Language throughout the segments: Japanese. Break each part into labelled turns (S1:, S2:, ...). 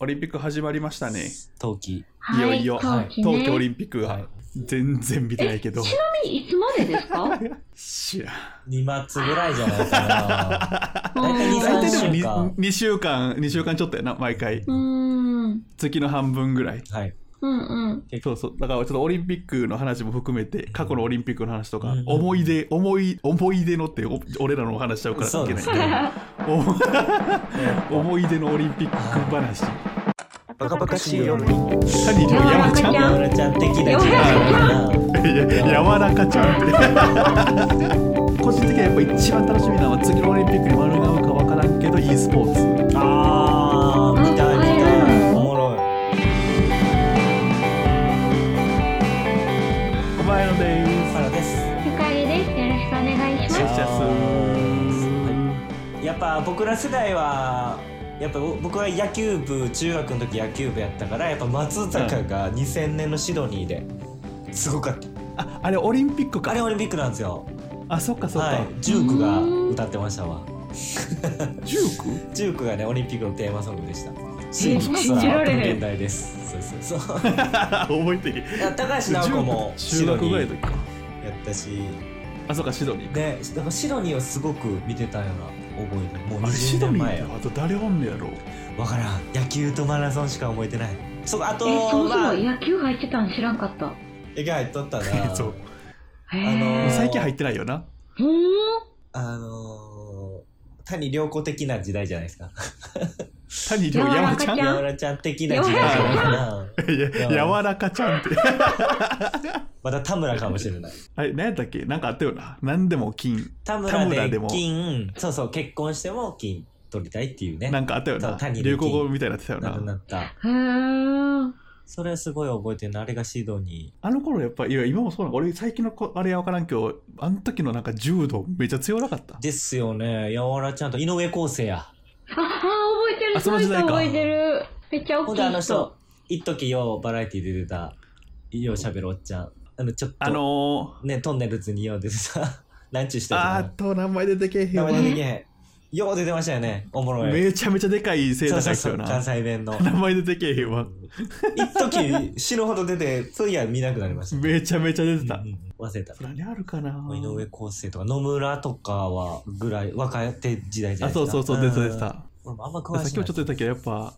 S1: オリンピック始まりましたね。
S2: 冬季。
S1: いよよ
S3: はい冬季ね
S1: 東京オリンピック
S2: は。
S1: はい全然見てないけど
S3: え。ちなみにいつまでですかうん
S1: 知らん
S2: 2月ぐらいじゃないか大体 二
S1: 大体
S2: 三週
S1: で
S2: 間
S1: も 2, 週間、2週間ちょっとやな、毎回
S3: う。んうん
S1: 月の半分ぐらい。
S2: な。はい。
S3: うん
S1: そうそう。だからちょっとオリンピックの話も含めて、過去のオリンピックの話とか
S2: うん、
S1: 思い出、思い、思い出のって、お俺らのお話しちゃうから
S2: そう
S1: いけな
S2: で
S1: い
S2: す。ね。
S1: お思い出のオリンピック話。
S2: バカバカしいよ。
S1: サニーの山ちゃん
S3: 山ちゃん
S2: ヨラちゃん的な時間だな。
S1: いや柔らかちゃんって 個人的にはやっぱ一番楽しみなのは次のオリンピックに間に合うかわからんけど e スポーツ
S2: あー、見たい見たい。おもろい。
S1: お前ので
S2: パラです。
S3: ゆかりですよろしくお願いします
S1: シャッシャッス
S2: やっぱ僕ら世代はやっぱ僕は野球部中学の時野球部やったからやっぱ松坂が2000年のシドニーですごかった、
S1: ああれオリンピックか
S2: あ
S1: あ
S2: れオリンピックなんですよ
S1: そっかそっか、
S2: はいジュークが歌ってましたわ
S1: ジュー
S2: ジュークがねオリンピックのテーマソングでした
S3: 信じ信じられへん
S2: 現代ですそうそうそうい
S1: ク 覚えてる
S2: や高橋尚子も
S1: 中
S2: シド
S1: 学
S2: ニ
S1: ぐらい
S2: ー
S1: の時か
S2: やったし
S1: あそっかシドニーか
S2: ねだからシドニーをすごく見てたような覚えてるもう
S1: あれシ
S2: 20
S1: ドニ
S2: 年
S1: ー
S2: 前よ
S1: ってあと誰おんねやろ
S2: わからん野球とマラソンしか覚えてないそうあと
S3: えそもそ
S2: ま
S3: も
S2: あ
S3: 野球入ってたん知らんかった
S2: 意外とった な
S1: そう
S2: あ
S3: へ
S2: の
S3: え
S2: ー
S1: 最近入ってないよな
S3: ほん
S2: あのー、谷良子的な時代じゃないですか
S1: 谷亮山ちゃんい
S3: 柔ら
S2: やわらちゃん的な時代じゃないかな
S1: や柔らかちゃんって
S2: また田村かもしれない
S1: あれ何やったっけなんかあったよな何でも金
S2: 田
S1: 田
S2: 村
S1: 村で
S2: で
S1: も
S2: 金そうそう結婚しても金取りたいっていうね
S1: な
S2: なん
S1: かあったよな
S2: そう谷
S1: 流行語みたいになってたよ
S2: くなった
S3: へー
S2: それはすごい覚えてるなあれがシドニ
S1: あの頃やっぱいや今もそうなの俺最近のこあれやわからんけどあの時のなんか柔道めっちゃ強なかった
S2: ーですよねやわらちゃんと井上康生や
S3: ああ覚えてる
S1: あその時代か
S3: 覚えてるめっちゃ
S2: ほ
S3: 大
S2: ん
S3: き
S2: であの
S3: い
S2: 人一時ようバラエティで出てたようしゃべるおっちゃんあのちょっと
S1: あの
S2: ね、トンネルズによう出てさ、 ランチュし
S1: ー、
S2: て
S1: あ
S2: た
S1: ー。っと名前出てけへん
S2: 名
S1: わ
S2: 前出てけへん。よう出てましたよね。おもろい。
S1: めちゃめちゃでかい背
S2: そ
S1: 高
S2: うそ
S1: いう人
S2: そ
S1: よ
S2: う、
S1: な
S2: 関西弁の。
S1: 名前出てけえへんわ
S2: 一時死ぬほど出て、そういや見なくなりました。
S1: めちゃめちゃ出てた、
S2: うんうん忘れた。
S1: 何あるかな
S2: 井上康生とか野村とかはぐらい若手時代じゃ
S1: あ
S2: ないですか。
S1: そうそうそう出てた出てた。
S2: 俺もあんま詳しくない。
S1: さっきもちょっと言ったけどやっぱ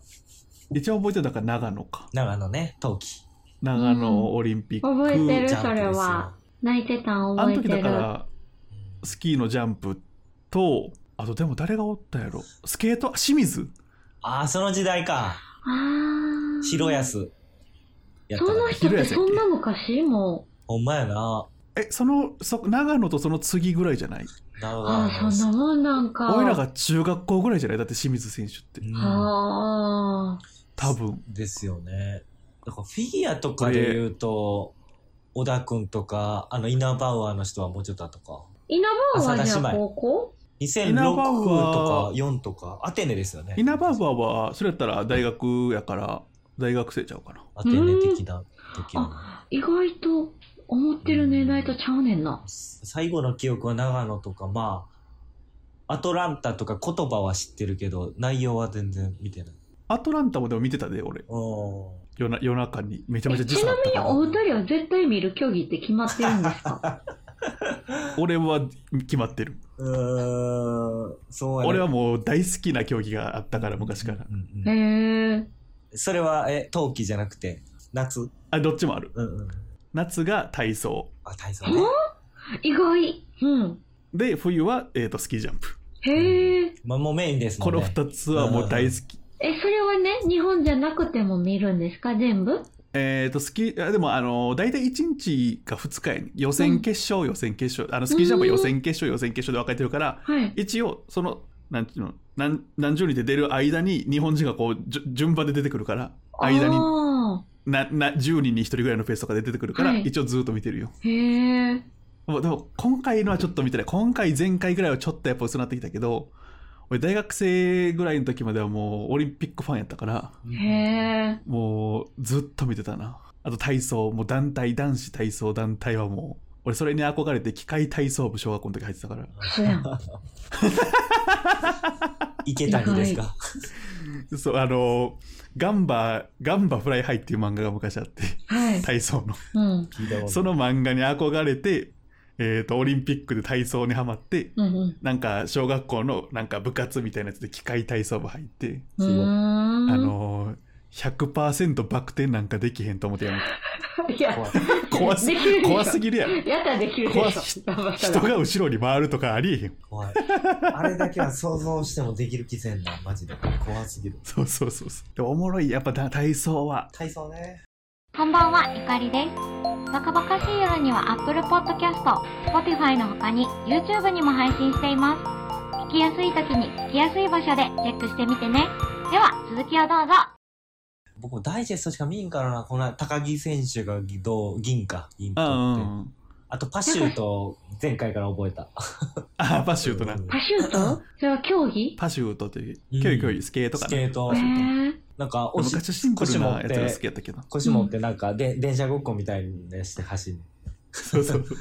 S1: 一番覚えてるのが長野か
S2: 長野ね、冬季。
S1: 長野オリンピック、
S3: うん覚えてる
S2: ジャンプですよ
S3: それは。泣いてたん
S1: あ
S3: 覚
S1: の
S3: え
S1: 時
S3: て
S1: だ
S3: る
S1: からスキーのジャンプとあとでも誰がおったやろスケート清水
S2: ああ、その時代か。
S3: あー
S2: 白安。やった
S3: そ
S2: かな
S3: の人ってそんな昔も
S2: ほんまやな。
S1: えそのそ長野とその次ぐらいじゃない
S2: 長野
S3: ああそんなもんなんか
S1: 俺らが中学校ぐらいじゃないだって清水選手って
S2: うん
S3: あ
S1: 多分
S2: ですよね。だからフィギュアとかで言うと、小田くんとか、あの、イナバウアーの人はもうちょっと後か。
S3: あ稲葉はじゃ
S2: 浅田
S3: あ
S2: 姉
S3: 高校
S2: 2006
S1: イナバウアー
S2: とか4とか、アテネですよね。
S1: 稲葉バはそれやったら大学やから大学生ちゃうかな
S2: アテネ的な時の。
S3: 意外と思ってる年代とちゃうねんな
S2: 最後の記憶は長野とか、まあ、アトランタとか言葉は知ってるけど、内容は全然見てない。
S1: アトランタもでも見てたで俺
S2: お
S1: 夜な夜中にめちゃめちゃ
S3: え
S1: 時
S3: ち
S1: 差あっ
S3: なみ
S1: た
S3: に
S1: から
S3: お二人は絶対見る競技って決まってるんですか
S1: 俺は決まってる
S2: うーん、そうやね
S1: 俺はもう大好きな競技があったから昔から
S2: うんうん
S3: へ
S2: うん
S3: え
S2: それは、え、冬季じゃなくて、夏
S1: あどっちもある
S2: うんうん。
S1: 夏が体操
S2: あ、体操ね。
S3: あ意外うん
S1: で冬は、えー、とスキージャンプ
S3: へえ
S2: まあ、もうメインですも
S1: こ
S2: んね。
S1: の2つはもう大好き
S3: えそれはね日本じゃなくても見るんですか全部
S1: えー、とスキーあでもあの大体1日か2日やね予
S3: う
S1: 選
S3: ん
S1: 決勝、予選決勝あのスキージャンプは予選決勝予選決勝で分かれてるから
S3: はい
S1: 一応そのなんていうの何何十人で出る間に日本人がこうじゅ順番で出てくるから間に
S3: あ
S1: なな10人に1人ぐらいのペースとかで出てくるから、
S3: はい
S1: 一応ずっと見てるよ
S3: ーへえ
S1: もうでも今回のはちょっと見てない今回前回ぐらいはちょっとやっぱ薄なってきたけど俺大学生ぐらいの時まではもうオリンピックファンやったから
S3: へえ
S1: もうずっと見てたなあと体操もう団体男子体操団体はもう俺それに憧 れて機械体操部小学校の時入ってたから
S3: そうやん
S2: 池谷ですか。
S1: そう、あの、ガンバ、ガンバフライハイっていう漫画が昔あっ て、
S3: はい。
S1: 体操の。
S3: うん。
S2: 聞いたことない
S1: その漫画に憧れて、えっ、と、オリンピックで体操にハマって、
S3: うんうん。
S1: なんか、小学校の、なんか部活みたいなやつで機械体操部入って、
S3: うーん。
S1: あのー、100%バク転なんかできへんと思ってやめた。
S3: いや、
S2: 怖い
S1: 怖す
S3: できるでしょ
S1: 怖すぎ るやろ。
S3: やったらできる
S1: 怖
S3: で
S1: い
S3: しょ。頑張った
S1: 人
S3: ら
S1: が後ろに回るとかありえへん。
S2: 怖い。あれだけは想像してもできる気せんな、マジで。怖すぎる。
S1: そうそうそうそう。でもおもろい、やっぱだ体操は。
S2: 体操ね。
S3: こんばんは、ゆかりです。バカバカしい夜には Apple Podcast、Spotify の他に YouTube にも配信しています。聞きやすい時に聞きやすい場所でチェックしてみてね。では、続きをどうぞ。
S2: 僕もダイジェストしか見んからな、この高木選手が銅、銀か、銀
S1: う
S2: 取
S1: んう
S2: って。
S1: んうん。
S2: あとパシュート、前回から覚えた。
S1: あ、パシュートな。
S3: パシュートそれは競技
S1: パシュートという
S2: う、ん
S1: 競技競技、スケートか
S2: ス
S1: な。
S2: ケート
S3: え。ー、
S2: なんか、おし
S1: 昔はシンプルなやつが好きやったけど。
S2: 腰持ってなんかで、電車ごっこみたいにして走る。
S1: そうそうそう。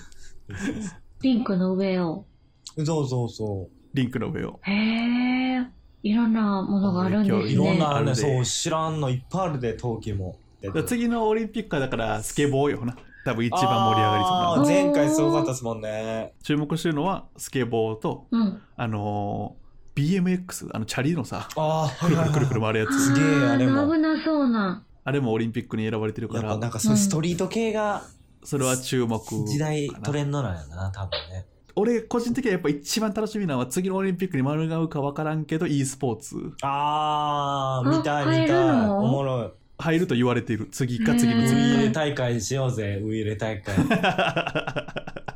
S3: リンクの上を。
S2: そうそうそ
S1: リンクの上を。
S3: へえー、いろんなものがあるんで
S2: う。
S1: い
S2: い
S3: す
S2: ろん
S3: ね。
S2: なあるね、
S1: あるで
S2: そう、知らんのいっぱいあるで、陶器も。
S1: だから次のオリンピックはだからスケボーよな。多分一番盛り上がりそう
S3: あ
S1: な。
S3: ー
S2: あー前回すごかったですもんね。
S1: 注目してるのはスケボーと、
S3: うん。
S1: あのー BMX、あのチャリのさ、
S2: ああ、は
S1: くるくるくるくる回るやつ。
S2: すげえあれも
S3: ー危なそうな。
S1: あれもオリンピックに選ばれてるか
S2: やっぱなん
S1: ら、
S2: かそういうストリート系が
S1: それは注目かな。
S2: 時代トレンドなんやな、多分ね。
S1: 俺個人的にはやっぱ一番楽しみなのは次のオリンピックに丸が合うか分からんけど e スポーツ
S2: あー、見た
S3: あ
S2: い見
S3: 入れ
S2: た
S3: る
S2: い。
S3: の
S2: おもろい。
S1: 入ると言われている次か次の
S2: ウイ
S1: 次
S3: へ
S2: イレ大会しようぜ、ウイイレ大会。
S1: か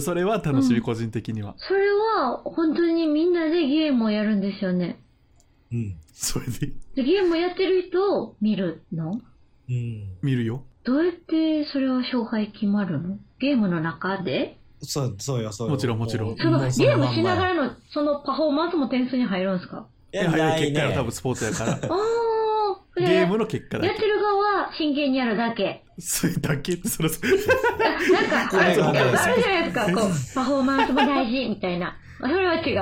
S1: それは楽しみ 個人的には、
S3: それは本当にみんなでゲームをやるんですよね。
S2: うん。
S1: それで
S3: でゲームやってる人を見るの
S2: うん。
S1: 見るよ
S3: どうやってそれは勝敗決まるのゲームの中で
S2: そう、そうよ、そうよ。
S1: もちろんもちろん
S2: う
S3: その
S2: もう
S3: ゲー
S2: のま
S3: ム
S2: んま
S3: しながらのそのパフォーマンスも点数に入るんですか
S2: いや、
S1: 入る
S2: ない
S1: 結果やろ多
S2: ね
S1: 分。スポーツやから
S3: あー
S1: ゲーム
S3: ム
S1: の結果だ
S3: やって
S1: け
S3: る側は真剣にやるだけ。
S1: それだけってそれそれ
S3: なんか、あれ
S2: これ
S3: あ
S2: はね
S3: るじゃないですか。こう、パフォーマンスも大事みたいな。それは違う。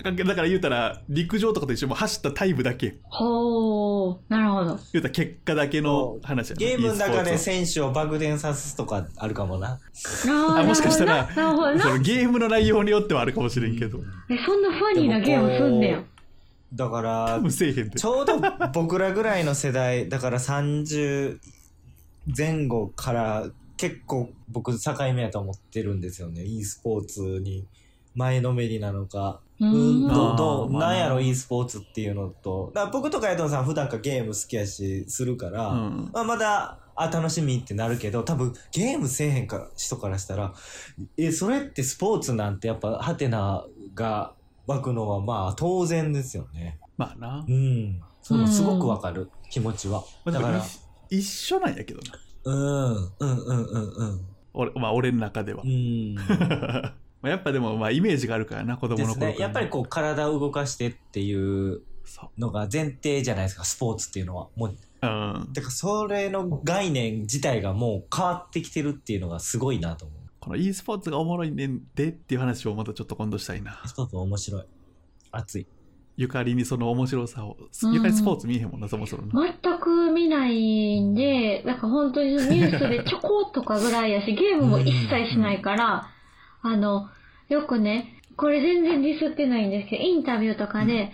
S1: だから言うたら陸上とかと一緒もう走ったタイムだけ
S3: ほー、なるほど。
S1: 言うたら結果だけの話やな
S2: ゲームの
S1: e スポー
S2: 中
S1: ツは
S2: で選手をバク転さすとかあるかもな。
S3: あ
S1: あ
S3: ー
S1: もしかしたら
S3: なるほどな。なる
S1: そ
S3: ほ
S1: の
S3: どな
S1: ゲームの内容によってはあるかもしれんけど
S3: え、そんなファニーなゲームすんねや。
S2: だか
S1: 多
S2: ら、
S1: 分せえへんて
S2: ちょうど僕らぐらいの世代、だから30前後から結構僕境目やと思ってるんですよね。e スポーツに前のめりなのか。
S3: う
S2: うん
S3: ーん。
S2: どうどう
S1: まあ
S2: なんやろ e スポーツっていうのと。だから僕とか江藤さん普段からゲーム好きやし、するから、
S1: うん
S2: まあ、まだ、あ、楽しみってなるけど、多分ゲームせえへんか人からしたら、え、それってスポーツなんてやっぱハテナが湧くのはまあ当然ですよね。
S1: まあな
S2: うん。そのすごくわかる、気持ちは。
S1: まあ
S2: だ
S1: でも
S2: から、
S1: 一緒なんやけどな
S2: うん、うん、うん、うん、うん。
S1: 俺,、まあ、俺の中では
S2: うん。
S1: まあやっぱでもまあイメージがあるからな子供
S2: で
S1: の頃
S2: す
S1: から、
S2: ね。やっぱりこう体を動かしてっていう
S1: そ
S2: のが前提じゃないですか、スポーツっていうのは。もう、
S1: う、うん、
S2: てかそれの概念自体がもう変わってきてるっていうのがすごいなと思う。
S1: この e スポーツがおもろいねんでっていう話をまたちょっと今度したいな
S2: スポーツ面白い。熱い。
S1: ゆかりにその面白さを
S3: うん
S1: ゆかりスポーツ見えへんもんなそもそもな
S3: 全く見ないんで、なんか本当にニュースでちょこっとかぐらいやし、ゲームも一切しないから、あの、よくね、これ全然ディスってないんですけど、インタビューとかで、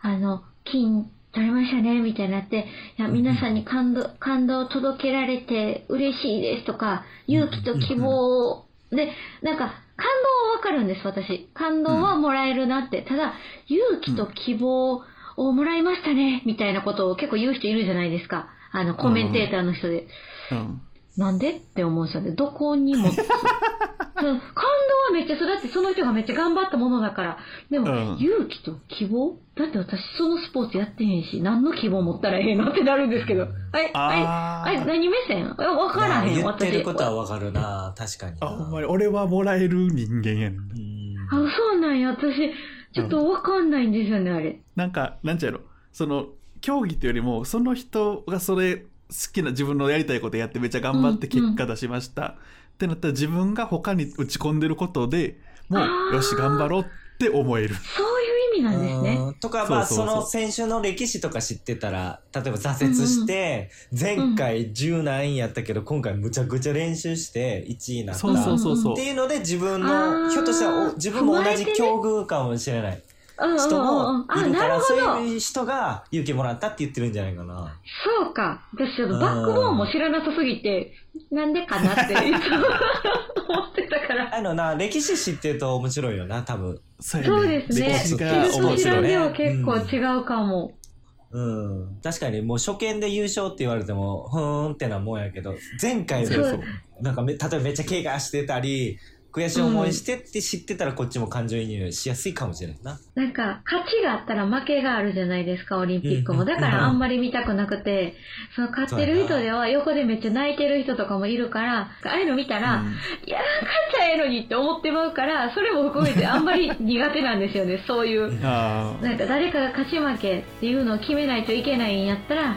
S3: あの、金取れましたね、みたいになって、いや、皆さんに感動、感動を届けられて嬉しいですとか、勇気と希望を、で、なんか、感動はわかるんです、私。感動はもらえるなって。ただ、勇気と希望をもらいましたね、みたいなことを結構言う人いるじゃないですか。あの、コメンテーターの人で。
S1: うん
S3: なんでって思うんですよね。どこ にも。その感動はめっちゃ、それだってその人がめっちゃ頑張ったものだから。でも、
S1: うん
S3: 勇気と希望だって私そのスポーツやってへんし、何の希望持ったらええのってなるんですけど。はい、はい、
S1: あ
S3: はい、何目線えわからへ
S2: 言
S3: ん、
S2: って
S3: 私。
S2: ることはわかるな、確かにな。
S1: あほんまに俺はもらえる人間やねん
S2: うん
S3: あ、そうなんや。私、ちょっとわかんないんですよね、あれ。
S1: なんかなんちゃうやろその競技っていうよりもその人がそれ好きな自分のやりたいことやってめっちゃ頑張って
S3: うんうん
S1: 結果出しました、ってなったら自分が他に打ち込んでることでも
S3: あー
S1: うよし頑張ろうって思える
S3: そういう理なんですね。
S2: うんとか、まあ、
S1: そうそ
S2: そう
S1: そう
S2: の選手の歴史とか知ってたら、例えば挫折して、前回10何位やったけど、今回むちゃくちゃ練習して1位になった。
S1: そうそうそうそう
S2: っていうので、自分
S3: あー
S2: の、ひょっとしたらお自分も同
S3: 踏まえて
S2: じ
S3: ね
S2: 境遇かもしれない
S3: うんうんうん
S2: 人
S3: うん
S2: も
S3: あ、
S2: いるか
S3: なる
S2: ら、
S3: ほ
S2: そう
S3: ど。
S2: いう人が勇気もらったって言ってるんじゃないかな。
S3: そうか。私ちょっとバックボーンも知らなさすぎて、なんで かなっていつも思ってたから。
S2: あのな、歴史知ってると面白いよな、多分。
S1: そうや
S3: そう
S1: ね
S3: ですね。
S1: 歴史
S3: 知る
S1: が
S3: と
S1: 面
S3: 知ら
S1: 白
S3: ん
S1: い
S3: では結構違うかも。
S2: うん。確かにもう初見で優勝って言われても、ふーんってなもんやけど、前回
S1: そう
S2: も
S1: そう
S2: なんかめ、例えばめっちゃ怪我してたり、悔しい思いしてって知ってたらこっちも感情移入しやすいかもしれないな。
S3: なんか、勝ちがあったら負けがあるじゃないですか、オリンピック
S2: うんう
S3: も。
S2: ん
S3: だからあんまり見たくなくて、その勝ってる人では横でめっちゃ泣いてる人とかもいるから、ああいうの見たら、
S1: うん
S3: いやー、勝っちゃええのにって思ってまうから、それも含めてあんまり苦手なんですよね、そういう。
S1: あー
S3: なんか誰かが勝ち負けっていうのを決めないといけないんやったら、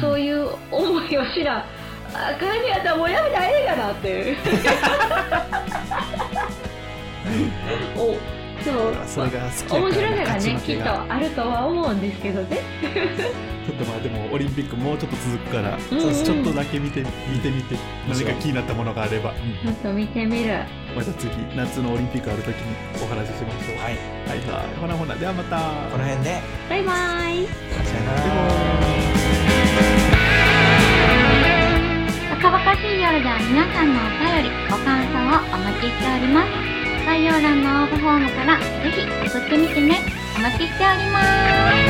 S3: そういう思いをしら、あかんやったらもうやめたらええかなって いう。おそう
S1: それが好きやから
S3: 面白さが
S1: 勝ち
S3: ね
S1: 負
S3: き
S1: け
S3: っ
S1: が
S3: とあるとは思うんですけどね
S1: ちょっとまあでもオリンピックもうちょっと続くから、
S3: んうん
S1: そうですちょっとだけ見て見てみて何か気になったものがあれば
S3: ちょっと見てみる
S1: また次夏のオリンピックある時にお話ししましょう
S2: はい。
S1: はいはいほなほなではまた
S2: この辺で、
S3: バイバイ
S2: さよな
S1: バイ
S2: ら。
S1: バイ
S4: 若々しい夜では皆さんのお便り、ご感想をお待ちしております。概要欄の応募フォームからぜひ送ってみてね。お待ちしております。